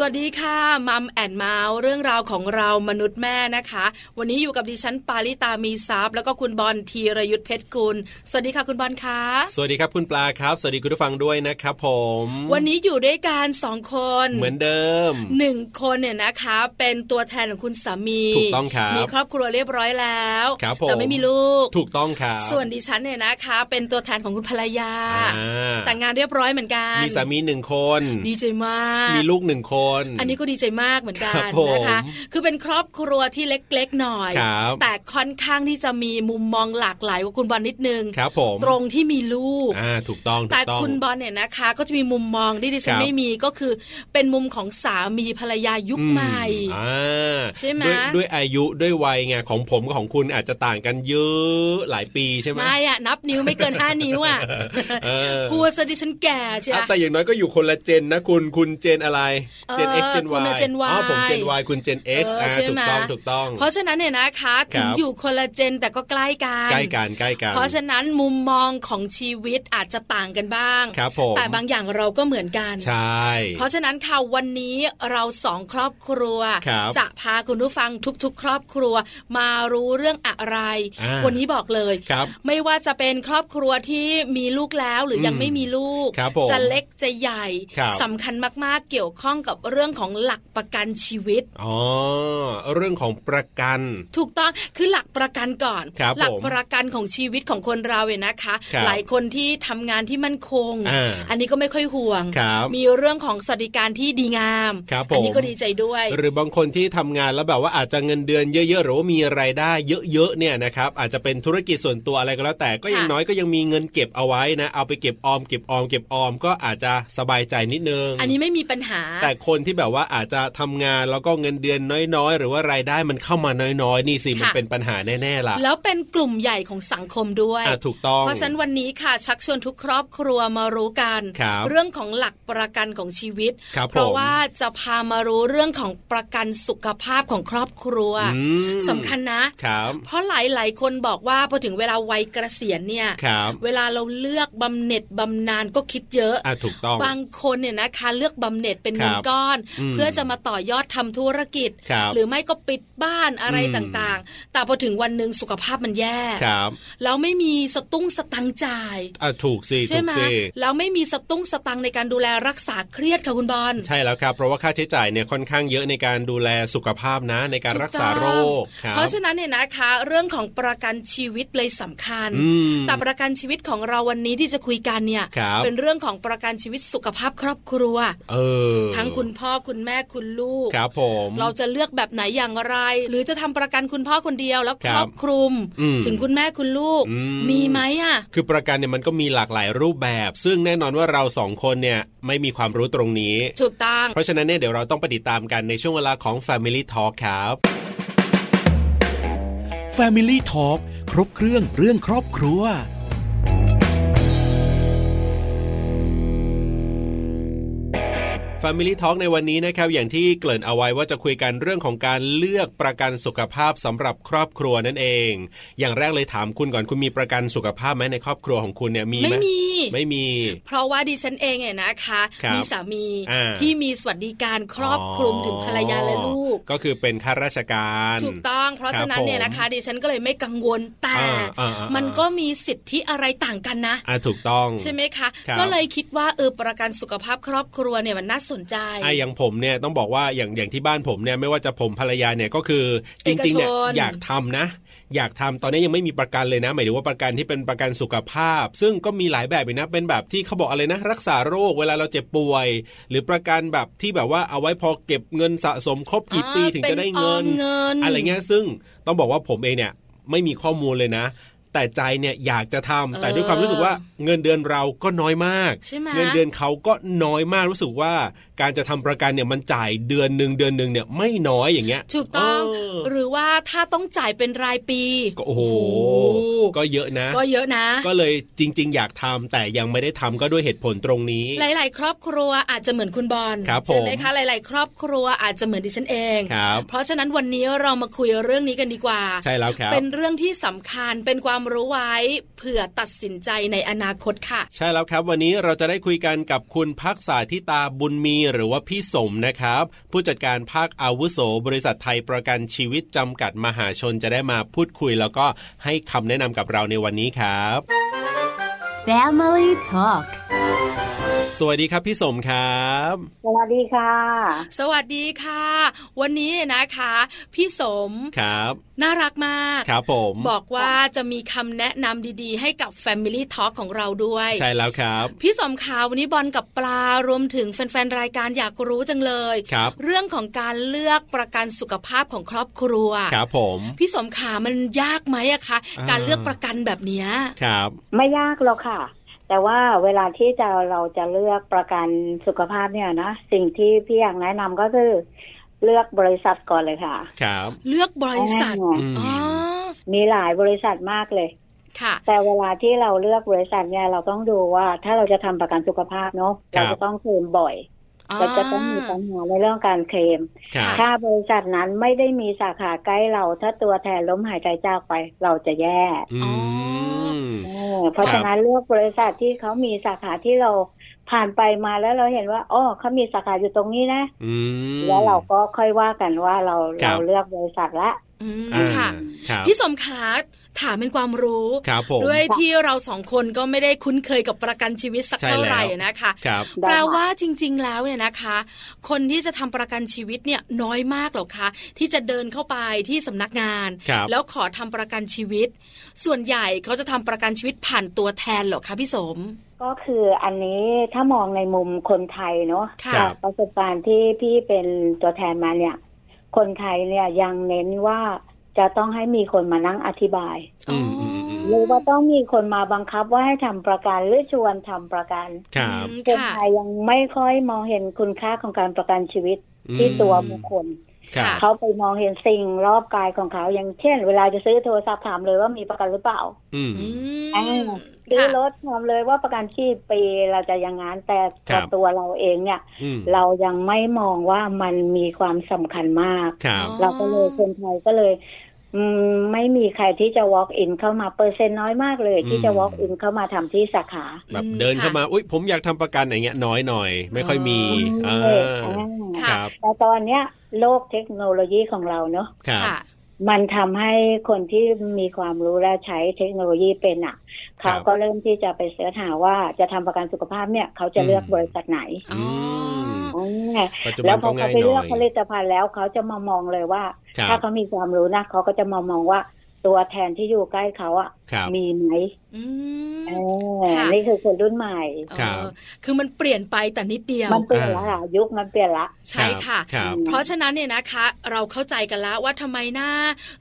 สวัสดีค่ะมัมแอนเมาส์เรื่องราวของเรามนุษย์แม่นะคะ วันนี้อยู่กับดิฉันปาริตามีซัพย์แล้วก็คุณบอลธีรยุทธเพชรกุลสวัสดีค่ะคุณบอลคะ สวัสดีครับคุณปลาครับ สวัสดีคุณผู้ฟังด้วยนะครับผม วันนี้อยู่ด้วยกันสองคน เหมือนเดิม หนึ่งคนเนี่ยนะคะ เป็นตัวแทนของคุณสามี ถูกต้องครับ มีครอบครัวเรียบร้อยแล้ว ครับผม แต่ไม่มีลูก ถูกต้องครับ ส่วนดิฉันเนี่ยนะคะ เป็นตัวแทนของคุณภรรยา อ่า แต่งงานเรียบร้อยเหมือนกัน มีสามีหนึ่งคน ดีใจมาก มีลูกหนึ่งคน อันนี้ก็ดีใจมากเหมือนกัน ครับผม นะคะ คือเป็นครอบครัวที่เล็กๆหน่อย ครับ แต่ค่อนข้างที่จะมีมุมมองหลากหลายกว่าคุณบอลนิดนึง ครับผม ตรงที่มีลูก อ่าถูกต้องถู แต่ กต้อง คุณบอลเนี่ยนะคะ ก็จะมีมุมมองที่ดิฉั คนรับ ไม่มีก็คือเป็นมุมของสามีภรรยายุคใหม่ อือ่า ใช่ไหม ด้วยด้วยอายุด้วยวัยไงของผมกับของคุณอาจจะต่างกันเยอะหลายปีใช่ไหม ไม่อะนับนิ้วไม่เกิน ห้านิ้วอะ เออ พูดซะดิฉันแก่เชีย อ่ะแต่อย่างน้อยก็อยู่คนละเจนนะคุณคุณเจนอะไร เจน เออ X เจน คุณ Y น่ะ Gen อ๋อผม Y เจน Y คุณเจน X เออ อ่า ใช่ ถู ไหม กต้องถูกต้อง เพราะฉะนั้นเนี่ยนะคะถึง ครับ อยู่คนละเจนแต่ก็ใกล้กัน ใกล้กันใกล้กัน เพราะฉะนั้นมุมมองของชีวิตอาจจะต่างกันบ้าง ครับผม แต่บางอย่างเราก็เหมือนกัน ใช่ เพราะฉะนั้นค่ะวันนี้เราสองครอบครัว ครับ จะพาคุณผู้ฟังทุกๆ ครอบครัว มารู้เรื่องอะไร อ่า วันนี้บอกเลย ครับ ไม่ว่าจะเป็นครอบครัวที่มีลูกแล้วหรืออ ม ยังไม่มีลูก ครับผม จะเล็กจะใหญ่ ครับ สำคัญมากๆเกี่ยวข้องกับเรื่องของหลักประกันชีวิต อ๋อเรื่องของประกัน ถูกต้องคือหลักประกันก่อน ครับ หลั ผม ประกันของชีวิตของคนเราเนี่ยนะคะ ครับ หลายคนที่ทำงานที่มั่นคง อ่าน นี้ก็ไม่ค่อยห่วง ครับ มีเรื่องของสวัสดิการที่ดีงาม ครับผม อันี้ก็ดีใจด้วย หรือบางคนที่ทำงานแล้วแบบว่าอาจจะเงินเดือนเยอะๆหรือว่ามีรายได้เยอะๆเนี่ยนะครับอาจจะเป็นธุรกิจส่วนตัวอะไรก็แล้วแต่ก็ ค่ะ ยังน้อยก็ยังมีเงินเก็บเอาไว้นะ เอาไปเก็บออมเก็บออมเก็บออมก็อาจจะสบายใจนิดนึง อันนี้ไม่มีปัญหา แต่คนที่แบบว่าอาจจะทำงานแล้วก็เงินเดือนน้อยๆ หรือว่ารายได้มันเข้ามาน้อยๆ นี่สิมัน ค่ะ เป็นปัญหาแน่ๆล่ะ แล้วเป็นกลุ่มใหญ่ของสังคมด้วย อ่ะถูกต้อง เพราะฉะนั้นวันนี้ค่ะชักชวนทุกครอบครัวมารู้กัน ครับ เรื่องของหลักประกันของชีวิต ครับ เพราะ ผม ว่าจะพามารู้เรื่องของประกันสุขภาพของครอบครัว อืม สำคัญนะ ครับ เพราะหลายๆ คนบอกว่าพอถึงเวลาวัยเกษียณเนี่ย ครับ เวลาเราเลือกบำเหน็จบำนาญก็คิดเยอะ อ่ะถูกต้อง บางคนเนี่ยนะคะเลือกบำเหน็จเป็นเงิน ครับ ก้อน อืม เพื่อจะมาต่อยอดทำธุรกิจ ครับ หรือไม่ก็ปิดบ้านอะไร อืม ต่างๆ แต่พอถึงวันหนึ่งสุขภาพมันแย่ ครับ แล้วไม่มีสตุ้งสตังค์จ่าย อ่ะถูกสิ ใช่ ถูก ไหม สิ แล้วไม่มีสตุ้งสตังค์ในการดูแลรักษาเครียดค่ะคุณบอล ใช่แล้วครับ เพราะว่าค่าใช้จ่ายเนี่ยค่อนข้างเยอะในการดูแลสุขภาพนะ ในการรักษาโรคครับ เพราะฉะนั้นเนี่ยนะคะ เรื่องของประกันชีวิตเลยสำคัญ อืม แต่ประกันชีวิตของเราวันนี้ที่จะคุยกันเนี่ย ครับ เป็นเรื่องของประกันชีวิตสุขภาพครอบครัว เออ ทั้งคุณพ่อคุณแม่คุณลูก ครับผม เราจะเลือกแบบไหนอย่างไร หรือจะทำประกันคุณพ่อคนเดียวแล้ว ค ค รั ร บ อบคลุม อืม ถึงคุณแม่คุณลูก อืม มีไหมอ่ะ คือประกันเนี่ยมันก็มีหลากหลายรูปแบบ ซึ่งแน่นอนว่าเราสองคนเนี่ยไม่มีความรู้ตรงนี้ ถูกต้อง เพราะฉะนั้นเนี่ยเดี๋ยวเราต้องไปติดตามกันในช่วงเวลาของ Family Talk ครับ Family Talk ครบเครื่องเรื่องครอบครัว Family Talk ในวันนี้นะครับอย่างที่เกริ่นเอาไว้ว่าจะคุยกันเรื่องของการเลือกประกันสุขภาพสำหรับครอบครัวนั่นเอง อย่างแรกเลยถามคุณก่อนคุณมีประกันสุขภาพไหมในครอบครัวของคุณเนี่ยมีไหม ไม่มี ไม่มี เพราะว่าดิฉันเองเนี่ยนะคะ ครับ มีสามี อ่า ที่มีสวัสดิการครอบคลุมถึงภรรยาและลูก ก็คือเป็นข้าราชการ ถูกต้อง เพราะฉะนั้นเนี่ยนะคะ ดิฉันก็เลยไม่กังวลแต่ อ่าอ่าอ่ามั มันก็มีสิทธิอะไรต่างกันนะ อ่าถูกต้อง ใช่ไหมคะ ครับ ก็เลยคิดว่าเออประกันสุขภาพครอบครัวเนี่ยมันน่าสนใจ ไอ้อย่างผมเนี่ยต้องบอกว่าอย่างอย่างที่บ้านผมเนี่ยไม่ว่าจะผมภรรยาเนี่ยก็คือจ เอกชน ริงๆเนี่ยอยากทำนะ อยากทำตอนนี้ยังไม่มีประกันเลยนะหมายถึงว่าประกันที่เป็นประกันสุขภาพ ซึ่งก็มีหลายแบบเลยนะเป็นแบบที่เขาบอกอะไรนะ รักษาโรคเวลาเราเจ็บป่วย หรือประกันแบบที่แบบว่าเอาไว้พอเก็บเงินสะสมครบกี่ปี อ๋อ ถึงจะได้ ป็อ เงิ อน มเงิน อะไรเงี้ยซึ่งต้องบอกว่าผมเองเนี่ยไม่มีข้อมูลเลยนะ แต่ใจเนี่ยอยากจะทำแต่ด้วยความรู้สึกว่าเงินเดือนเราก็น้อยมาก ใช่ไหม เงินเดือนเขาก็น้อยมากรู้สึกว่า การจะทำประกันเนี่ยมันจ่ายเดือนหนึ่งเดือนหนึ่งเนี่ยไม่น้อยอย่างเงี้ย ถูกต้อง เออ หรือว่าถ้าต้องจ่ายเป็นรายปี ก็โอ้โหก็เยอะนะ ก็เยอะนะ ก็เลยจริง ๆ อยากทำแต่ยังไม่ได้ทำก็ด้วยเหตุผลตรงนี้ หลาย ๆ ครอบครัวอาจจะเหมือนคุณบอล ครับ ใช่ไหม ผม คะหลาย ๆ ครอบครัวอาจจะเหมือนดิฉันเอง ครับ เพราะฉะนั้นวันนี้เรามาคุยเรื่องนี้กันดีกว่า ใช่แล้วครับ เป็นเรื่องที่สำคัญเป็นความ ความรู้ไว้เผื่อตัดสินใจในอนาคตค่ะ ใช่แล้วครับ วันนี้เราจะได้คุยกันกับคุณพักษาทิตาบุญมีหรือว่าพี่สมนะครับ ผู้จัดการภาคอาวุโส บริษัทไทยประกันชีวิตจำกัดมหาชนจะได้มาพูดคุย แล้วก็ให้คำแนะนำกับเราในวันนี้ครับ Family Talk สวัสดีครับพี่สมครับ สวัสดีค่ะ สวัสดีค่ะ วันนี้นะคะ พี่สม ครับ น่ารักมาก ครับผม บอกว่าจะมีคำแนะนำดีๆ ให้กับ Family Talk ของเราด้วย ใช่แล้วครับ พี่สมขาววันนี้บอลกับปลารวมถึงแฟนๆรายการอยากรู้จังเลย ครับ เรื่องของการเลือกประกันสุขภาพของครอบครัว ครับผม พี่สมขามันยากไหมอะคะ อ่า การเลือกประกันแบบเนี้ย ครับ ไม่ยากหรอกค่ะ แต่ว่าเวลาที่จะเราจะเลือกประกันสุขภาพเนี่ยนะ สิ่งที่พี่อยากแนะนำก็คือ เลือกบริษัทก่อนเลยค่ะ ครับ เลือกบริษัท อ่า อืม อ๋อ มีหลายบริษัทมากเลย ค่ะ แต่เวลาที่เราเลือกบริษัทเนี่ยเราต้องดูว่าถ้าเราจะทำประกันสุขภาพเนาะเราจะต้องเคลมบ่อยเราจะต้องมีปัญหาในเรื่องการเคลม ครับ ถ้าบริษัทนั้นไม่ได้มีสาขาใกล้เรา ถ้าตัวแทนล้มหายใจจากไป เราจะแย่ อืม เออเพราะ ครั ฉะ บ นั้นเลือกบริษัทที่เขามีสาขาที่เราผ่านไปมาแล้วเราเห็นว่าอ๋อเขามีสาขาอยู่ตรงนี้นะ อืม แล้วเราก็ค่อยว่ากันว่าเรา ครั เรา บ เลือกบริษัทละ อืม อ่า ค่ะ ครับ พี่สมขาถามเป็นความรู้ ครับผม ด้วยที่เราสองคนก็ไม่ได้คุ้นเคยกับประกันชีวิตสัก ใช่ เท่าไหร่ แล้ว นะคะ ครับ แปลว่าจริงๆ แล้วเนี่ยนะคะ คนที่จะทำประกันชีวิตเนี่ยน้อยมากหรอกคะที่จะเดินเข้าไปที่สำนักงาน ครับ แล้วขอทำประกันชีวิต ส่วนใหญ่เขาจะทำประกันชีวิตผ่านตัวแทนเหรอคะพี่สม ก็คืออันนี้ถ้ามองในมุมคนไทยเนาะ ค่ะ ครับ ประสบการณ์ที่พี่เป็นตัวแทนมาเนี่ย คนไทยเนี่ยยังเน้นว่าจะต้องให้มีคนมานั่งอธิบาย อืมอืมอืม หรือว่าต้องมีคนมาบังคับว่าให้ทำประกันหรือชวนทำประกัน ครับ อืม คน ค่ะ ไทยยังไม่ค่อยมองเห็นคุณค่าของการประกันชีวิต ที่ตัวบุคคล ครับ เขาไปมองเห็นสิ่งรอบกายของเขาอย่างเช่น เวลาจะซื้อโทรศัพท์ถามเลยว่ามีประกันหรือเปล่า อืม อืม อ่า ซื้อ ค่ะ รถถามเลยว่าประกันชีพปีเราจะยังงานแต่ ครั แต่ บ ตัวเราเองเนี่ย อืม เรายังไม่มองว่ามันมีความสำคัญมาก ครับ เราก็เลยคนไทยก็เลยอืมไม่มีใครที่จะ walk in เข้ามาเปอร์เซ็นต์น้อยมากเลย ที่จะ อืม walk in เข้ามาทำที่สาขา แบบเดินเข้ามา อุ้ยผมอยากทำประกันอะไรเงี้ยน้อยหน่อย ไม่ค่อยมี เอ อ่า ออ่า ค ค่ะ รับ แต่ตอนเนี้ยโลกเทคโนโลยีของเราเนอะ ครับ ค่ะ มันทำให้คนที่มีความรู้และใช้เทคโนโลยีเป็นอ่ะ ครั เขา บ ก็เริ่มที่จะไปเสิร์ชหาว่าจะทำประกันสุขภาพเนี่ย เขาจะเลือก อืม บริษัทไหน อืม อืม ปัจจุบั แล้ น วพ ก็ อ ง่ายเขาหไปน่ เลือ อก ย ผลิตภัณฑ์แล้วเขาจะมามองเลยว่า ครับ ถ้าเขามีความรู้นะเขาก็จะมามองว่าตัวแทนที่อยู่ใกล้เขาอ่ะ ครับ มีไหม อืม เออ ค่ะ นี่คือคนรุ่นใหม่ ครับ เออคือมันเปลี่ยนไปแต่นิดเดียว มันเปลี่ยน อ่า ละค่ะยุคมันเปลี่ยนละ ใช่ค่ะ ครับ เพราะฉะนั้นเนี่ยนะคะ เราเข้าใจกันแล้วว่าทำไมหน้า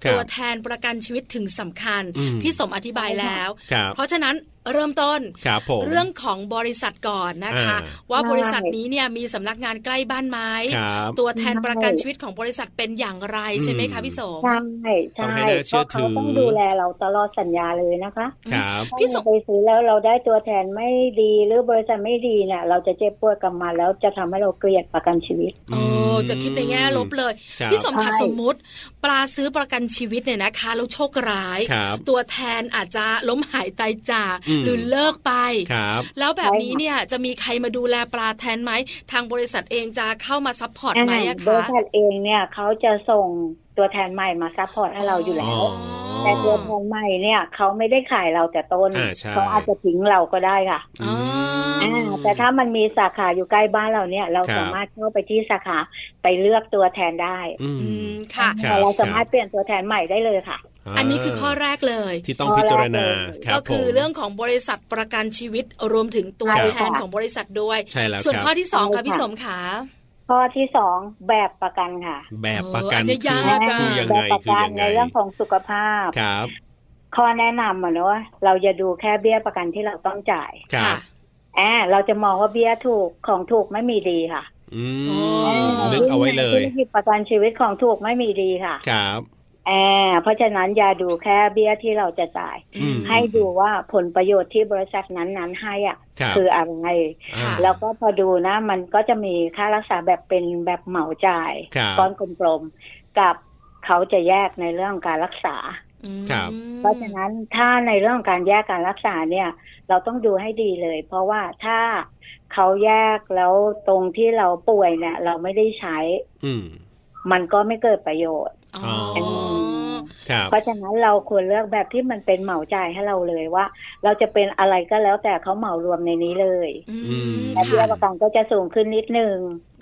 ครับ ตัวแทนประกันชีวิตถึงสำคัญ อืม พี่สมอธิบายแล้ว ครับ เพราะฉะนั้นเริ่มต้น ครับผม เรื่องของบริษัทก่อนนะคะ อ่า ว่า ใช่ บริษัทนี้เนี่ยมีสำนักงานใกล้บ้านไหม ครับ ตัวแทนประกันชีวิตของบริษัทเป็นอย่างไรใช่ไหมคะพี่สม ใช่ ต้อ ใช่ งให้น่าเชื่อเพราะ ถื เขา อ ต้องดูแลเราตลอดสัญญาเลยนะคะ ครับ พี่ พี่ ส ส ม ไปซื้อแล้วเราได้ตัวแทนไม่ดีหรือบริษัทไม่ดีเนี่ย เราจะเจ็บปวดกลับมาแล้วจะทำให้เราเกลียดประกันชีวิต โอ้จะคิดในแง่ลบเลย ครับ พี่สมค่ะ ใช่ สมมุติ ปลาซื้อประกันชีวิตเนี่ยนะคะแล้วโชคร้าย ครับ ตัวแทนอาจจะล้มหายตายจาก อืม หรือเลิกไป ครับ แล้วแบบนี้เนี่ยจะมีใครมาดูแลปลาแทนไหมทางบริษัทเองจะเข้ามาซัพพอร์ตไหมอะ บ คะ ริษัทเองเนี่ยเขาจะส่งตัวแทนใหม่มาซัพพอร์ตให้เราอยู่แล้ว อ๋อ แต่ตัวแทนใหม่เนี่ยเขาไม่ได้ขายเราแต่ต้น อ่าใช่ เขาอาจจะทิ้งเราก็ได้ค่ะ อ๋อ อืม อ่าแต่ถ้ามันมีสาขาอยู่ใกล้บ้านเราเนี่ย เรา ครับ สามารถเข้าไปที่สาขาไปเลือกตัวแทนได้ อืม อืมค่ะ ครับ เราสามารถเปลี่ยนตัวแทนใหม่ได้เลยค่ะ อันนี้คือข้อแรกเลย ที่ต้องพิจารณารับ ก็คือ ผม เรื่องของบริษัทประกันชีวิตรวมถึงตัว ครับ แทนของบริษัทด้วย ใช่แล้ว ส่วน ครับ ข้อที่สองค่ะ ใช่ค่ะ พี่สมขา ข้อที่สองแบบประกันค่ะ แบบประกัเอออันนนี้ คือย ากอะ คือยังไง แบบประ คือ กัน ยังไง ในเรื่องของสุขภาพ ครับ ข้อแนะนำอะเนอะเราจะดูแค่เบี้ยประกันที่เราต้องจ่าย ครับ แอบเราจะมองว่าเบี้ยถูกของถูกไม่มีดีค่ะ อื อ๋ ม อ นึกเอาไว้เลย ที่ประกันชีวิตของถูกไม่มีดีค่ะ ครับ แอบเพราะฉะนั้นอย่าดูแค่เบี้ยที่เราจะจ่าย อืม ให้ดูว่าผลประโยชน์ที่บริษัทนั้นๆให้อ่ะ ครับ คืออะไร อ่า ค่ะ แล้วก็พอดูนะ มันก็จะมีค่ารักษาแบบเป็นแบบเหมาจ่าย ครับ ก้อนกลมๆกับเขาจะแยกในเรื่องการรักษา อืม ครับ เพราะฉะนั้นถ้าในเรื่องของการแยกการรักษาเนี่ย เราต้องดูให้ดีเลย เพราะว่าถ้าเขาแยกแล้วตรงที่เราป่วยเนี่ย เราไม่ได้ใช้ อืม มันก็ไม่เกิดประโยชน์ อ๋อ อ ครับ เพราะฉะนั้นเราควรเลือกแบบที่มันเป็นเหมาจ่ายให้เราเลยว่า เราจะเป็นอะไรก็แล้วแต่เขาเหมารวมในนี้เลย อื อื ม ม และเบี้ย ค่ะ ประกันก็จะสูงขึ้นนิดนึง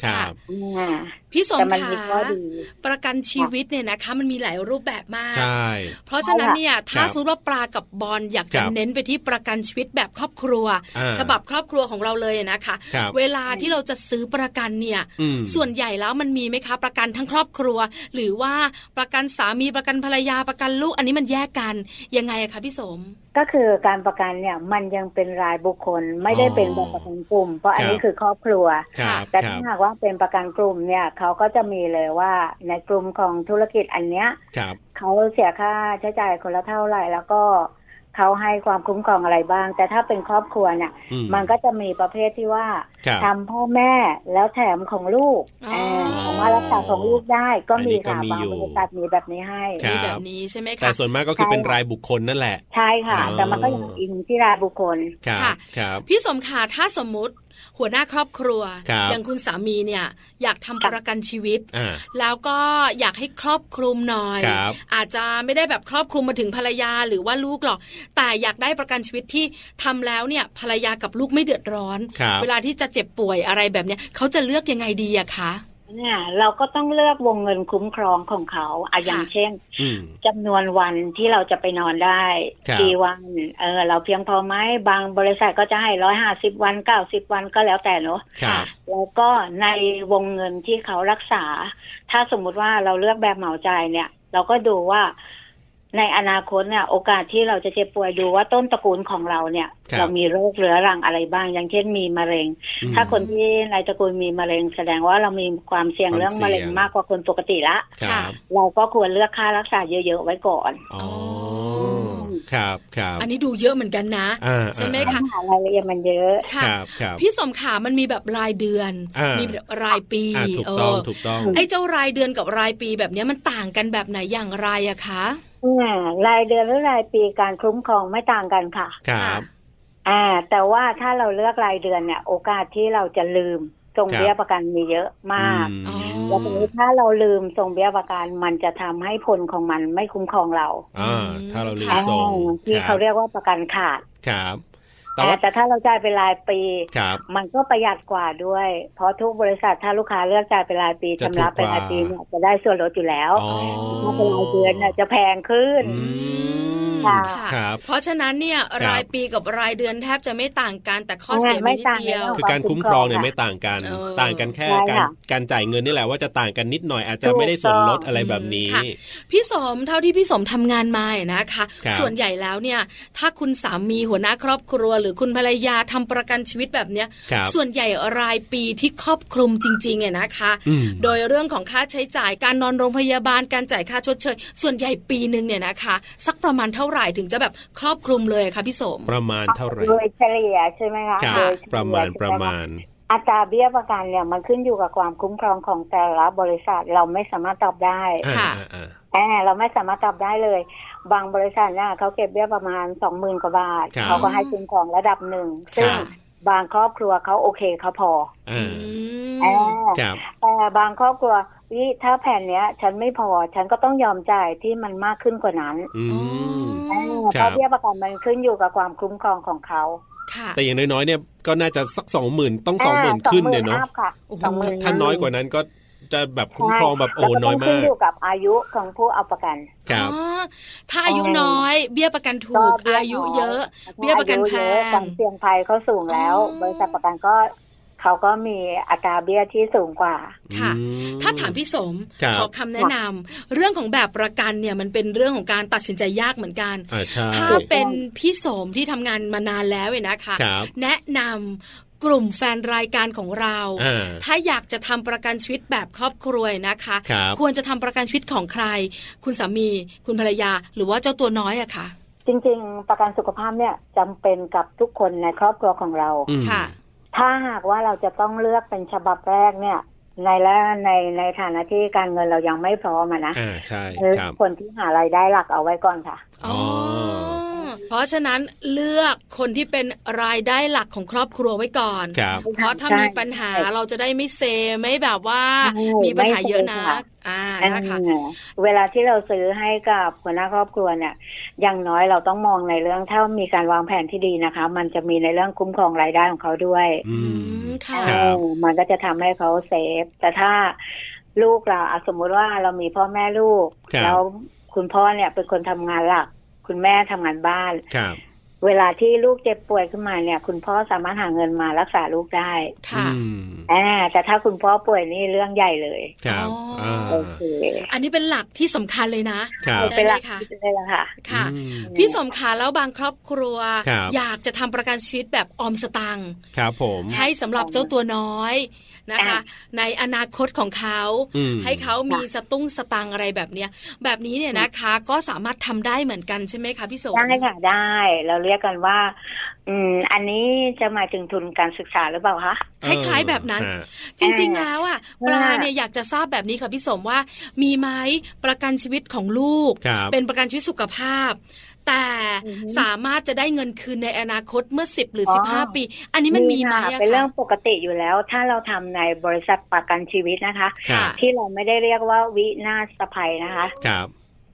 ครับ อ่า พี่สม แต่มัน ขา มีข้อดี ประกันชีวิตเนี่ยนะคะ มันมีหลายรูปแบบมาก ใช่ เพราะฉะนั้นเนี่ย ถ้า ครับ สมมติว่าปลากับบอลอยากจะ ครับ เน้นไปที่ประกันชีวิตแบบครอบครัว อ่า ฉบับครอบครัวของเราเลยนะคะ ครับ เวลาที่เราจะซื้อประกันเนี่ย อืม ส่วนใหญ่แล้วมันมีไหมคะ ประกันทั้งครอบครัว หรือว่าประกันสามีประกันภรรยาประกันลูกอันนี้มันแยกกันยังไงอะคะพี่สม ก็คือการประกันเนี่ยมันยังเป็นรายบุคคลไม่ได้เป็นแบบประกันกลุ่ม เพราะอันคนี้รับ คือครอบครัว ครับ แต่ ครับถ้าหากว่าเป็นประกันกลุ่มเนี่ยเขาก็จะมีเลยว่าในกลุ่มของธุรกิจอันเนี้ย ครับ เขาเสียค่าใช้จ่ายคนละเท่าไหร่ แล้วก็เขาให้ความคุ้มครองอะไรบ้าง แต่ถ้าเป็นครอบครัวเนี่ย อืม มันก็จะมีประเภทที่ว่า ครับ ทำพ่อแม่แล้วแถมของลูก อ๋อ เออสามารถรักษาของลูกได้ก็ อันนี้ มี ก็ ค่ะ มี บาง อยู่ บริษัทมีแบบนี้ให้ ครับ มีแบบนี้ใช่ไหม แต่ คะ ส่วนมากก็คือเป็นรายบุคคลนั่นแหละ ใช่ค่ะ อ๋อ แต่มันก็ยังอิงที่รายบุคคล ครับ ค่ะ ครับ พี่สมขาถ้าสมมติหัวหน้าครอบครัว ครับ อย่างคุณสามีเนี่ย อยากทำประกันชีวิต อ่า แล้วก็อยากให้ครอบคลุมหน่อย ครับ อาจจะไม่ได้แบบครอบคลุมมาถึงภรรยาหรือว่าลูกหรอก แต่อยากได้ประกันชีวิตที่ทำแล้วเนี่ยภรรยากับลูกไม่เดือดร้อน ครับ เวลาที่จะเจ็บป่วยอะไรแบบเนี้ยเขาจะเลือกยังไงดีอะคะ เนี่ยเราก็ต้องเลือกวงเงินคุ้มครองของเขาอะอย่างเช่น อืม จำนวนวันที่เราจะไปนอนได้ ครับ กี่วันเออเราเพียงพอไหมบางบริษัทก็จะให้ร้อยห้าสิบวันเก้าสิบวันก็แล้วแต่เนอะ ครับ แล้วก็ในวงเงินที่เขารักษา ถ้าสมมุติว่าเราเลือกแบบเหมาจ่ายเนี่ย เราก็ดูว่าในอนาคตเนี่ยโอกาสที่เราจะเจ็บป่วยดูว่าต้นตระกูลของเราเนี่ย ครับ เรามีโรคเรื้อรังอะไรบ้าง อย่างเช่นมีมะเร็ง อืม ถ้าคนที่ในตระกูลมีมะเร็งแสดงว่าเรามีความเสี่ยง ความ เรื่องมะเร็ง เสี่ยง มากกว่าคนปกติละ ครั ค่ะ บ เราก็ควรเลือกค่ารักษาเยอะๆไว้ก่อน อ๋อครับครับ อันนี้ดูเยอะเหมือนกันนะ อ่า ใช่ไหม อ่า คะ หารายละเอียดมันเยอะ ค่ะ ครับครับ พี่สมขามันมีแบบรายเดือน อ่ามี มีแบบรายปี อ่าถูกต้อง เ ถูกต้อง ไอ้เจ้ารายเดือนกับรายปีแบบเนี้ยมันต่างกันแบบไหนอย่างไรอะคะ อ่ารายเดือนหรือรายปีการคุ้มครองไม่ต่างกันค่ะ ครับ อ่า แต่ว่าถ้าเราเลือกรายเดือนเนี่ย โอกาสที่เราจะลืมตรง ครับ เบี้ยประกันมีเยอะมาก อืม อ๋อ แล้วทีนี้ถ้าเราลืมตรงเบี้ยประกันมันจะทำให้ผลของมันไม่คุ้มครองเรา อ่าถ้าเราลืม อ่า ส่ง ที่เขาเรียกว่าประกันขาด ครับ แต่ อ่า ว่า แต่ถ้าเราจ่ายเป็นรายปี ครับ มันก็ประหยัดกว่าด้วย เพราะทุกบริษัทถ้าลูกค้าเลือกจ่ายเป็นรายปี จะถูก ชำระเป็นรายปีเนี่ยจะได้ส่วนลดอยู่แล้ว อ๋อ ถ้าเป็นรายเดือนเนี่ยจะแพงขึ้น อืม ค่ะ ค่ะ ครับ เพราะฉะนั้นเนี่ย ครับ รายปีกับรายเดือนแทบจะไม่ต่างกันแต่ข้อเสียมีนิดเดียว ไม่ต่งเลยนะ คือการคุ้มครองเนี่ยไม่ต่างกัน เออ ต่างกันแค่ ใช่ การ ค่ะ การจ่ายเงินนี่แหละว่าจะต่างกันนิดหน่อยอาจจะ ถูก ไม่ได้ส่วนลดอะไรแบบนี้ ค่ะ พี่สมเท่าที่พี่สมทำงานมาเนี่ยนะคะ ครับ ส่วนใหญ่แล้วเนี่ย ถ้าคุณสามีหัวหน้าครอบครัว หรือคุณภรรยาทำประกันชีวิตแบบเนี้ย ครับ ส่วนใหญ่รายปีที่ครอบคลุมจริงๆเนี่ยนะคะ อืม โดยเรื่องของค่าใช้จ่ายการนอนโรงพยาบาลการจ่ายค่าชดเชย ส่วนใหญ่ปีหนึ่งเนี่ยนะคะ สักประมาณเท่าไหร่ถึงจะแบบครอบคลุมเลยอะคะพี่สม ประมาณเท่าไหร่ โดยเฉลี่ยใช่ไหมคะ ครับ โดยเฉลี่ย ประมาณประมาณ อัตราเบี้ยประกันเนี่ยมันขึ้นอยู่กับความคุ้มครองของแต่ละบริษัทเราไม่สามารถตอบได้ ค่ะ อ่าอ่า แอบเราไม่สามารถตอบได้เลย บางบริษัทเนี่ยเขาเก็บเบี้ยประมาณสองหมื่นกว่าบาท ครับ เขาก็ให้คุ้มครองระดับหนึ่งซึ่ง ค่ะ บางครอบครัวเขาโอเคเขาพอ อ่า อืม อ่า ครับ แต่บางครอบครัววิถ้าแผ่นเนี้ย ฉันไม่พอฉันก็ต้องยอมจ่ายที่มันมากขึ้นกว่านั้น อืม เออ ค เพ รับ ราะเบี้ยประกันมันขึ้นอยู่กับความคุ้มครองของเขา ค่ะ แต่อย่างน้อยๆเนี่ยก็น่าจะสักสองหมื่นต้องสองหมื่นขึ้นเนี่ยเนาะ อัพค่ะ โอ้โห สองหมื่น ถ้าน้อยกว่านั้นก็จะแบบคุ้มครองแบบโอ้ ใช่ น้อย แล้วก็ต้งขึ้ มาน ก อยู่กับอายุของผู้เอาประกัน ครับ อ๋อถ้าอายุน้อย เบี้ยประกันถูก ก็เบี้ยน้อย อายุเยอะ เบี้ยประกันแพ อายุเยอะค ง วามเสี่ยงภัยเขาสูงแล้ว อ๋อ บริษัทประกันก็เขาก็มีอัตราเบี้ยที่สูงกว่า ค่ะ ถ้าถามพี่สม ครับ ขอคำแนะนำเรื่องของแบบประกันเนี่ยมันเป็นเรื่องของการตัดสินใจยากเหมือนกัน อ่าใช่ ถ้าเป็นพี่สมที่ทำงานมานานแล้วเนี่ยนะคะ ครับ แนะนำกลุ่มแฟนรายการของเรา อ่า ถ้าอยากจะทำประกันชีวิตแบบครอบครัวนะคะ ครับ ควรจะทำประกันชีวิตของใคร คุณสามี คุณภรรยา หรือว่าเจ้าตัวน้อยอะค่ะ จริง ๆ ประกันสุขภาพเนี่ยจำเป็นกับทุกคนในครอบครัวของเรา อืม ค่ะ ถ้าหากว่าเราจะต้องเลือกเป็นฉบับแรกเนี่ย ในและในในฐานะที่การเงินเรายังไม่พร้อมอะนะ อ่าใช่ คือ ครับ คนที่หารายได้หลักเอาไว้ก่อนค่ะ อ๋ อ๋อ อ เพราะฉะนั้นเลือกคนที่เป็นรายได้หลักของครอบครัวไว้ก่อน ครับ เพราะถ้า ใช่ มีปัญหา ใช่ เราจะได้ไม่เซไม่แบบว่า ใช่ มีปัญหาเยอะนะ ไม่เซค่ะ อ่านะคะ เออเวลาที่เราซื้อให้กับหัวหน้าครอบครัวเนี่ยอย่างน้อยเราต้องมองในเรื่องถ้ามีการวางแผนที่ดีนะคะ มันจะมีในเรื่องคุ้มครองรายได้ของเขาด้วย อืม ค่ะ ครับ เออมันก็จะทำให้เขาเซฟ แต่ถ้าลูกเราอ่ะสมมุติว่าเรามีพ่อแม่ลูก ครับ แล้วคุณพ่อเนี่ยเป็นคนทำงานหลัก คุณแม่ทำงานบ้าน ครับ เวลาที่ลูกเจ็บป่วยขึ้นมาเนี่ย คุณพ่อสามารถหาเงินมารักษาลูกได้ ค่ะ อืม อ่าแต่ถ้าคุณพ่อป่วยนี่เรื่องใหญ่เลย ครับ อ๋ออ่ ่า โอเค อันนี้เป็นหลักที่สำคัญเลยนะครับ ใช่ เป็น ไห ห ม ลัก คะ คิดเลยละค่ะ ค่ะ อืม พี่สมขาแล้วบางครอบครัว ครับ อยากจะทำประกันชีวิตแบบออมสตังค์ ครับผม ให้สำหรับเจ้าตัวน้อยนะคะ อ่ะ ในอนาคตของเขา อืม ให้เขามีสตุ้งสตังอะไรแบบเนี้ย แบบนี้เนี่ยนะคะ ก็สามารถทำได้เหมือนกันใช่ไหมคะพี่สม ได้ค่ะได้ เราเรียกกันว่า อืม อันนี้จะหมายถึงทุนการศึกษาหรือเปล่าคะ คล้ายๆแบบนั้น อ่า จริงๆแล้วอ่ะป ว่า ลาเนี่ยอยากจะทราบแบบนี้ค่ะพี่สมว่า มีไหมประกันชีวิตของลูก ครับ เป็นประกันชีวิตสุขภาพ แต่สามารถจะได้เงินคืนในอนาคตเมื่อ 10 หรือ 15 ปี อันนี้มันมีไหม ค่ะ อะ เป็นเรื่ คะ องปกติอยู่แล้ว ถ้าเราทำในบริษัทประกันชีวิตนะคะ ครับ ที่เราไม่ได้เรียกว่าวินาศภัยนะคะ ครับ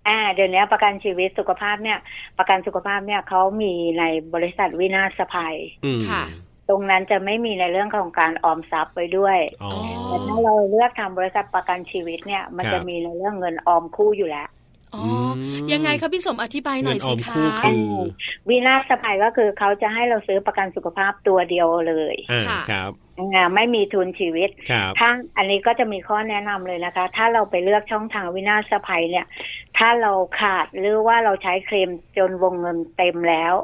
อ่าเดี๋ยวนี้ประกันชีวิตสุขภาพเนี่ย ประกันสุขภาพเนี่ยเขามีในบริษัทวินาศภัย อืม ค่ะ ตรงนั้นจะไม่มีในเรื่องของการออมทรัพย์ไปด้วย อ๋อ แต่ถ้าเราเลือกทำบริษัทประกันชีวิตเนี่ย มัน ครับ จะมีในเรื่องเงินออมคู่อยู่แล้ว อ๋อ ม ยังไงคะพี่สมอธิบายหน่อย เงินอ สิ อม คะ คู่คือ วินาศภัยก็คือเขาจะให้เราซื้อประกันสุขภาพตัวเดียวเลย อ่าครับ อ่าไม่มีทุนชีวิต ครับ ถ้าอันนี้ก็จะมีข้อแนะนำเลยนะคะ ถ้าเราไปเลือกช่องทางวินาศภัยเนี่ย ถ้าเราขาดหรือว่าเราใช้เคลมจนวงเงินเต็มแล้ว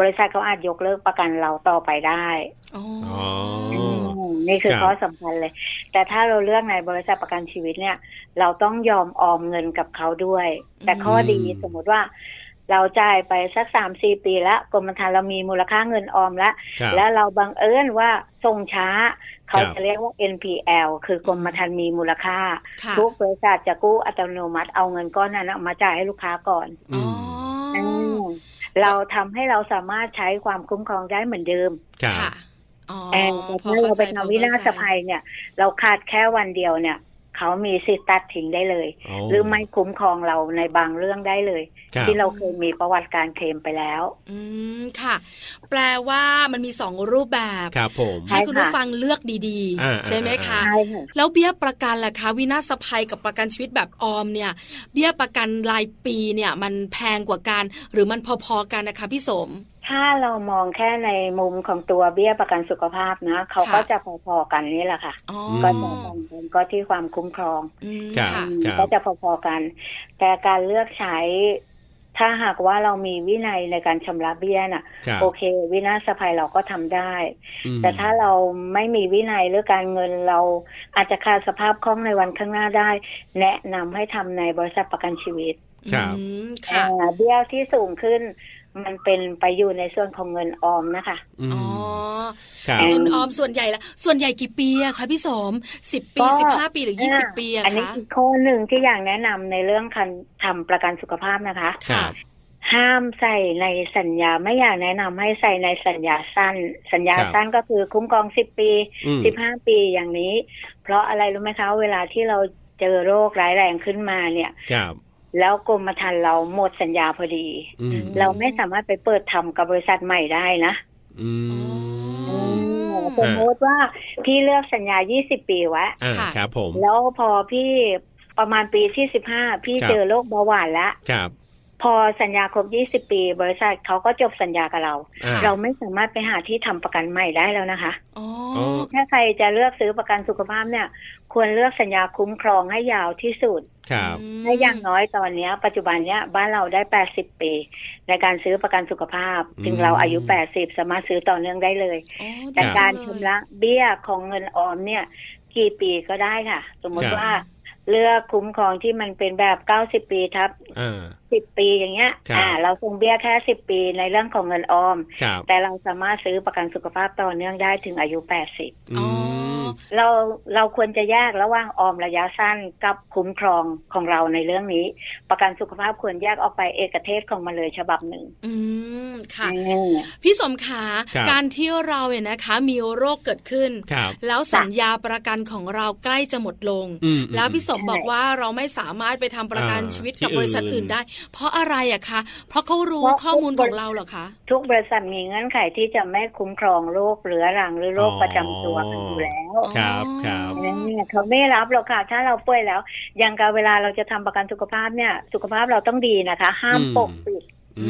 บริษัทเขาอาจยกเลิกประกันเราต่อไปได้ อ๋อ อ๋อ อ มนี่คือ ครับ ข้อสำคัญเลย แต่ถ้าเราเลือกในบริษัทประกันชีวิตเนี่ย เราต้องยอมออมเงินกับเขาด้วย แต่ข้อดีสมมติว่า เราจ่ายไปสักสามสี่ปีแล้วกรมธรรม์เรามีมูลค่าเงินออมแล้ว ครับ แล้วเราบังเอิญว่าส่งช้า เขา ครับ จะเรียกว่า NPL คือกรมธรรม์มีมูลค่า ค่ะ ทุกบริษัทจะกู้อัตโนมัติเอาเงินก้อนนั้นน่ะมาจ่ายให้ลูกค้าก่อน อ๋ออ มเราทำให้เราสามารถใช้ความคุ้มครองได้เหมือนเดิม ครับ ค่ะอ๋อ แอนแต่ พอ ถ้า เข้ เรา ใจ ไป พอ ทำวินาศ เข้าใจ ภัยเนี่ย เราขาดแค่วันเดียวเนี่ย เขามีสิทธิ์ตัดทิ้งได้เลย หรือไม่คุ้มครองเราในบางเรื่องได้เลย ครับ ที่เราเคยมีประวัติการเคลมไปแล้ว อืมค่ะ แปลว่ามันมีสองรูปแบบ ครับผม ให้ ใช่ คุณ ค่ะ ผู้ฟังเลือกดี อ่า ๆ ใช่ไหม อ่า คะ ใช่ค่ะ แล้วเบี้ยประกันล่ะคะวินาศภัยกับประกันชีวิตแบบออมเนี่ย เบี้ยประกันรายปีเนี่ย มันแพงกว่ากัน หรือมันพอๆกันนะคะพี่สม ถ้าเรามองแค่ในมุมของตัวเบี้ยประกันสุขภาพนะ เขาก็ ค่ะ จะพอๆกันนี่แหละค่ะ อ๋อ ม ก็จะตรงกันก็ที่ความคุ้มครอง อืม ครับ ค่ะ ก็จะพอๆกัน แต่การเลือกใช้ ถ้าหากว่าเรามีวินัยในการชำระเบี้ยน่ะ ครับ โอเค วินาศภัยเราก็ทำได้ อืม แต่ถ้าเราไม่มีวินัยหรือการเงินเราอาจจะขาดสภาพคล่องในวันข้างหน้าได้ แนะนำให้ทำในบริษัทประกันชีวิต ครับ อืมค่ะ อ่าเบี้ยที่สูงขึ้น มันเป็นไปอยู่ในส่วนของเงินออมนะคะ อืม อ๋อ ครับ เงินออมส่วนใหญ่ละ ส่วนใหญ่กี่ปีอะคะพี่สมสิบปี ก็ สิบห้าปีหรือยี่สิบปีอะ อันนี้ คะ อีกข้อหนึ่งที่อยากแนะนำในเรื่องการทำประกันสุขภาพนะคะ ครับ ห้ามใส่ในสัญญาไม่อยากแนะนำให้ใส่ในสัญญาสั้น สัญญา ครับ สั้นก็คือคุ้มครองสิบปี อืม สิบห้าปีอย่างนี้ เพราะอะไรรู้ไหมคะ เวลาที่เราเจอโรคร้ายแรงขึ้นมาเนี่ย ครับ แล้วกรมธรรม์เราหมดสัญญาพอดี อืม เราไม่สามารถไปเปิดทำกับบริษัทใหม่ได้นะ อืม อ๋อ ส อื มมติว่าพี่เลือกสัญญา 20 ปีไว้ อ่าครับผม แล้วพอพี่ประมาณปีที่สิบห้าพี่ ครับ เจอโรคเบาหวานแล้ว ครับ พอสัญญาครบยี่สิบปี บริษัทเขาก็จบสัญญากับเรา อ่า เราไม่สามารถไปหาที่ทำประกันใหม่ได้แล้วนะคะ อ๋อ อ๋อ ถ้าใครจะเลือกซื้อประกันสุขภาพเนี่ย ควรเลือกสัญญาคุ้มครองให้ยาวที่สุด ครับ อืม และอย่างน้อยตอนเนี้ย ปัจจุบันเนี้ยบ้านเราได้ 80 ปี ในการซื้อประกันสุขภาพ ถึงเราอายุ 80 สามารถซื้อต่อเนื่องได้เลย อ๋อ แต่ ดี การ จัง ชำ เลย ระเบี้ยของเงินออมเนี่ย กี่ปีก็ได้ค่ะ สมคมรั ติ บ ว่าเลือกคุ้มครองที่มันเป็นแบบ 90 ปีทับ อ่า สิบปีอย่างเงี้ย ครับ อ่าเราคงเบี้ยแค่สิบปีในเรื่องของเงินออม ครับ แต่เราสามารถซื้อประกันสุขภาพต่อเนื่องได้ถึงอายุแปดสิบ อ๋อ ม เราเราควรจะแยกระหว่างออมระยะสั้นกับคุ้มครองของเราในเรื่องนี้ ประกันสุขภาพควรแยกออกไปเอกเทศของมันเลยฉบับหนึ่ง อืมค่ะ อืม พี่สมขาการที่เราเนี่ยนะคะ มีโรคเกิดขึ้น ครับ แล้วสัญญาประกันของเราใกล้จะหมดลง อืม แล้วพี่สมบอกว่าเราไม่สามารถไปทำประกัน อ่า ชีวิต ที่ กับบริษัท อื่ อื่ น นได้ เพราะอะไรอะคะ เพราะเขารู้ เพราะ ข้อมูลของเราเหรอคะ ทุกบริษัทมีเงื่อนไขที่จะไม่คุ้มครองโรคเรื้อรังหรือโรคประจำตัวกันอยู่แล้ว อ๋อ ครับครับ อ เนี่ยเขาไม่รับหรอกค่ะ ถ้าเราป่วยแล้ว อย่างกับเวลาเราจะทำประกันสุขภาพเนี่ย สุขภาพเราต้องดีนะคะ ห้ามปกปิด อื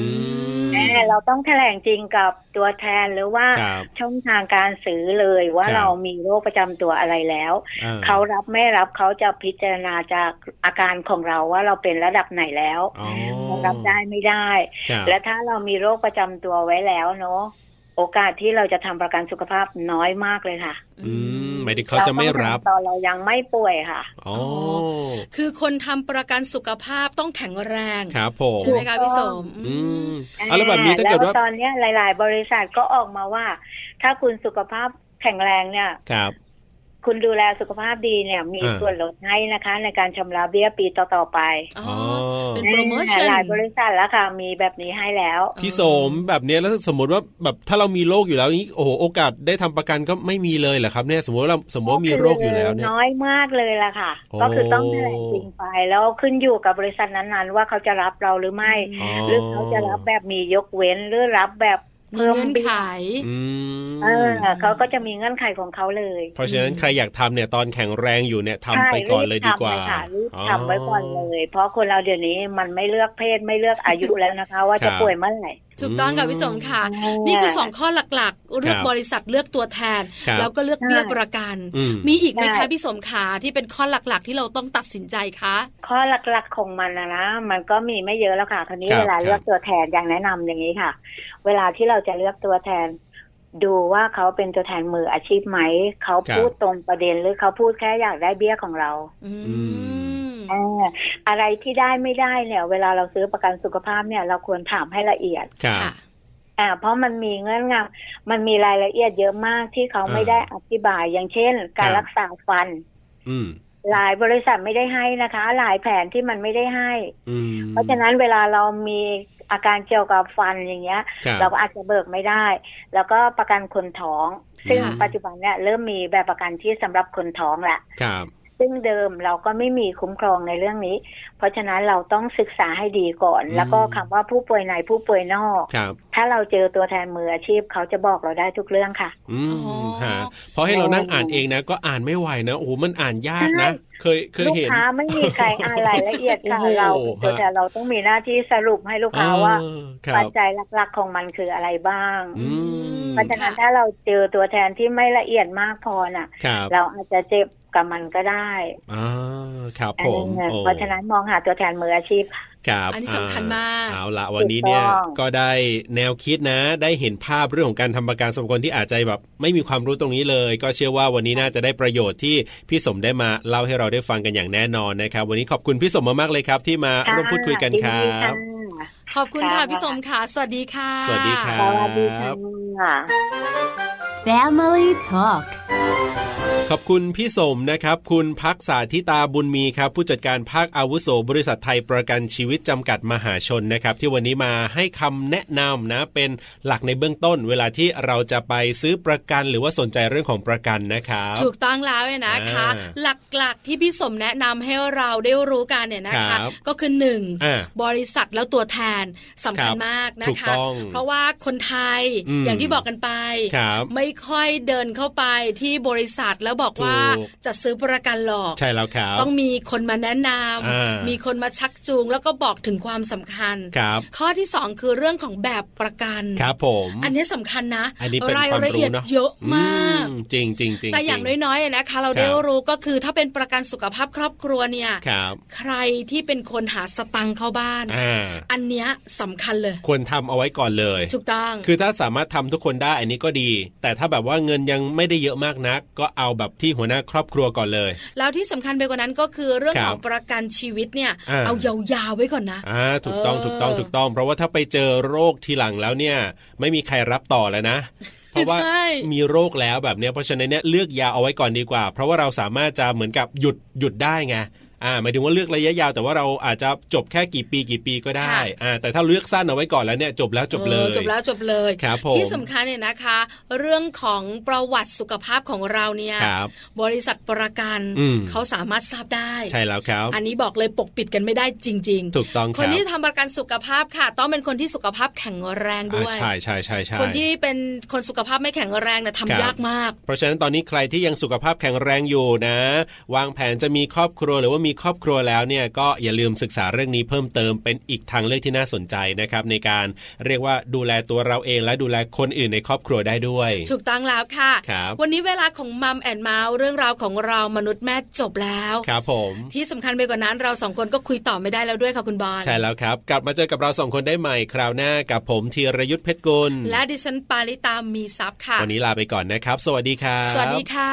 ม แน่เราต้องแถลงจริงกับตัวแทนหรือว่า ครับ ช่องทางการซื้อเลยว่า ครับ เรามีโรคประจำตัวอะไรแล้ว อ่ เขารับไม่รับเขาจะพิจารณาจากอาการของเราว่าเราเป็นระดับไหนแล้ว อ๋อ เรารับได้ไม่ได้ ครับ และถ้าเรามีโรคประจำตัวไว้แล้วเนาะโอกาสที่เราจะทำประกันสุขภาพน้อยมากเลยค่ะ อืมหมายถึงเขาจะไม่รับ เาต้องทำตอนเรายังไม่ป่วยค่ะ อ๋อ คือคนทำประกันสุขภาพต้องแข็งแรง ครับผม ใช่ไหมคะพี่สม อืมเอาแล้วแบบนี้ถ้าเกิดว่า แล้วตอนเนี้ยหลาย ๆ บริษัทก็ออกมาว่า ถ้าคุณสุขภาพแข็งแรงเนี่ย ครับ คุณดูแลสุขภาพดีเนี่ย มี อ่า ส่วนลดให้นะคะ ในการชำระเบี้ยปีต่อ ๆ ไป อ๋อ อ๋อ เป็นโปรโมชั่น หลายๆบริษัทแล้วค่ะ มีแบบนี้ให้แล้ว พี่โสมแบบเนี้ยแล้วสมมติว่าแบบถ้าเรามีโรคอยู่แล้วอย่างนี้โอ้โหโอกาสได้ทำประกันก็ไม่มีเลยเหรอครับเนี่ยสมมติว่าเราสมมติว่ามีโรคอยู่แล้วเนี่ย น้อยมากเลยล่ะค่ะ โอ้ ก็คือต้องแถลงจริงไปแล้วขึ้นอยู่กับบริษัทนั้นๆ ว่าเขาจะรับเราหรือไม่ อ๋อ หรือเขาจะรับแบบมียกเว้นหรือรับแบบ มีเงื่อนไข อืม เออเขาก็จะมีเงื่อนไขของเขาเลย เพราะฉะนั้นใครอยากทำเนี่ยตอนแข็งแรงอยู่เนี่ยทำไปก่อนเลยดีกว่า ใช่รีบทำเลยค่ะรีบทำไว้ก่อนเลย เพราะคนเราเดี๋ยวนี้มันไม่เลือกเพศไม่เลือกอายุแล้วนะคะ ว่าจะป่วยเมื่อไหร่ ถูกต้องค่ะพี่สมค่ะ นี่คือสองข้อหลักๆ เลือกบริษัทเลือกตัวแทน ครับ แล้วก็เลือกเบี้ยประกัน อืม มีอีกไหมคะพี่สมขาที่เป็นข้อหลักๆ ที่เราต้องตัดสินใจคะ ข้อหลักๆของมันนะนะมันก็มีไม่เยอะแล้วค่ะคราวนี้ ครับ เวลาเลือ ค ก รับ ตัวแทนอย่างแนะนำอย่างนี้ค่ะ เวลาที่เราจะเลือกตัวแทน ดูว่าเขาเป็นตัวแทนมืออาชีพไหมเขาพูดตรงประเด็นหรือเขาพูดแค่อยากได้เบี้ยของเรา อืม อ่าอะไรที่ได้ไม่ได้เนี่ย เวลาเราซื้อประกันสุขภาพเนี่ย เราควรถามให้ละเอียด ครับ ค่ะ อ่าเพราะมันมีเงื่อนงำมันมีรายละเอียดเยอะมากที่เขา อ่า ไม่ได้อธิบาย อย่างเช่น กาครรับ รักษาฟัน อืม หลายบริษัทไม่ได้ให้นะคะ หลายแผนที่มันไม่ได้ให้ อืม เพราะฉะนั้นเวลาเรามีอาการเกี่ยวกับฟันอย่างเงี้ย คบ เราก็อาจจะเบิกไม่ได้ แล้วก็ประกันคนท้องซึ่ง ค่ะ ปัจจุบันเนี่ยเริ่มมีแบบประกันที่สำหรับคนท้องละ ครับ ซึ่งเดิมเราก็ไม่มีคุ้มครองในเรื่องนี้ เพราะฉะนั้นเราต้องศึกษาให้ดีก่อน อืม แล้วก็คำว่าผู้ป่วยในผู้ป่วยนอก ครับ ถ้าเราเจอตัวแทนมืออาชีพเขาจะบอกเราได้ทุกเรื่องค่ะ อืม อ๋อ ฮะเพราะให้เรานั่งอ่านเองนะ ก็อ่านไม่ไหวนะโอ้โหมันอ่านยากนะ เคยเคย ลูก เห็น ค้าไม่มีใครอ่านรายละเอียดค่ะ โอ้โห เราเป็นตัว ฮะ แทนเราต้องมีหน้าที่สรุปให้ลูกค้าว่า เออครั ปั บ จจัยหลักๆของมันคืออะไรบ้าง อืม เพราะฉะนั้นถ้าเราเจอตัวแทนที่ไม่ละเอียดมากพอน่ะ ครับ เราอาจจะเจ็บกับมันก็ได้ อ่าครับผม เออ โอ้ เพราะฉะนั้นมองหาตัวแทนมืออาชีพค่ะ ครับ อันนี้สำคัญมาก เอาละวันนี้เนี่ย ถูกต้อง ก็ได้แนวคิดนะ ได้เห็นภาพเรื่องของการทำประกันสำหรับคนที่อาจจะแบบไม่มีความรู้ตรงนี้เลย ก็เชื่อว่าวันนี้น่าจะได้ประโยชน์ที่พี่สมได้มาเล่าให้เราได้ฟังกันอย่างแน่นอนนะครับ วันนี้ขอบคุณพี่สมมากๆเลยครับ ที่มา ะ ร่วมพูดคุยกันครั ยิดี บ ค่ะ ขอบคุณค่ะพี่สมขาสวัสดีค่ะ สวัสดีครั สวัสดีค บ ่ะ Family Talk ขอบคุณพี่สมนะครับ คุณพักษาธิตาบุญมีครับ ผู้จัดการภาคอาวุโสบริษัทไทยประกันชีวิตจำกัดมหาชนนะครับ ที่วันนี้มาให้คำแนะนำนะ เป็นหลักในเบื้องต้น เวลาที่เราจะไปซื้อประกันหรือว่าสนใจเรื่องของประกันนะครับ ถูกต้องแล้วเนี่ยนะคะ อ่า หลักๆที่พี่สมแนะนำให้เราได้รู้กันเนี่ยนะคะ ครับ ก็คือหนึ่ง อ่า บริษัทแล้วตัวแทนสำคัญ ครับ มาก ถู นะ ก คะ ต้อง เพราะว่าคนไทย อืม อย่างที่บอกกันไป ครับ ไม่ค่อยเดินเข้าไปที่บริษัทแล้วบอกว่า ถูก จะซื้อประกันหรอก ใช่แล้วครับ ต้องมีคนมาแนะน อ่า ำ มี มีคนมาชักจูงแล้วก็บอกถึงความสำคัญ ครับ ข้อที่สองคือเรื่องของแบบประกัน ครับผม อันนี้สำคัญนะ อันนี้เป็น ราย ความ ละเอียรู้ด เนาะ เยอะมาก อืจริงจริงจริง แต่อย่าง จริง น้อยๆอะนะคะเราได้ ครับ รู้ก็คือถ้าเป็นประกันสุขภาพครอบครัวเนี่ย ครับ ใครที่เป็นคนหาสตังค์เข้าบ้าน อ่า อันเนี้ยสำคัญเลย ควรทำเอาไว้ก่อนเลย ถูกต้อง คือถ้าสามารถทำทุกคนได้อันนี้ก็ดี แต่ถ้าแบบว่าเงินยังไม่ได้เยอะมากนัก ก็เอาแบ กับที่หัวหน้าครอบครัวก่อนเลย แล้วที่สำคัญไปกว่านั้นก็คือเรื่อง ครั ข บ องประกันชีวิตเนี่ย อ่า เอายาวๆไว้ก่อนนะ อ่าถูกต้อง เออ ถูกต้องถูกต้อง เพราะว่าถ้าไปเจอโรคทีหลังแล้วเนี่ย ไม่มีใครรับต่อแล้วนะ เพราะว่า ใช่ มีโรคแล้วแบบเนี้ยเพราะฉะนั้นเนี่ยเลือกยาเอาไว้ก่อนดีกว่า เพราะว่าเราสามารถจะเหมือนกับหยุดหยุดได้ไงอ่าหมายถึงว่าเลือกระยะยาว แต่ว่าเราอาจจะจบแค่กี่ปีกี่ปีก็ได้อ่าแต่ถ้าเลือกสั้นเอาไว้ก่อนแล้วเนี่ยจบแล้วจบเลย ออจบแล้วจบเลย ครับผม ที่สำคัญเนี่ยนะคะ เรื่องของประวัติสุขภาพของเราเนี่ย ครับ ริษัทประกัน อืม เขาสามารถทราบได้ ใช่แล้วครับ อันนี้บอกเลยปกปิดกันไม่ได้จริง ๆ ถูกต้องค ครับนที่ทำประกันสุขภาพค่ะ ต้องเป็นคนที่สุขภาพแข็งแรงด้ อ่า วย ใช่ใช่ใช่ใช่ คนที่เป็นคนสุขภาพไม่แข็งแรงเนี่ย ครับ ทำยากมาก เพราะฉะนั้นตอนนี้ใครที่ยังสุขภาพแข็งแรงอยู่นะ วางแผนจะมีครอบครัวหรือว่ามีครอบครัวแล้วเนี่ยก็อย่าลืมศึกษาเรื่องนี้เพิ่มเติมเป็นอีกทางเลือกที่น่าสนใจนะครับ ในการเรียกว่าดูแลตัวเราเองและดูแลคนอื่นในครอบครัวได้ด้วย ถูกต้องแล้วค่ะ ครับ วันนี้เวลาของมัมแอนเมาส์เรื่องราวของเรามนุษย์แม่จบแล้ว ครับผม ที่สำคัญไปกว่านั้นเราสองคนก็คุยต่อไม่ได้แล้วด้วยค่ะคุณบอล ใช่แล้วครับ กลับมาเจอกับเราสองคนได้ใหม่คราวหน้ากับผมธีรยุทธเพชรกุล และดิฉันปาริตามีซับค่ะ วันนี้ลาไปก่อนนะครับ สวัสดีครับ สวัสดีค่ะ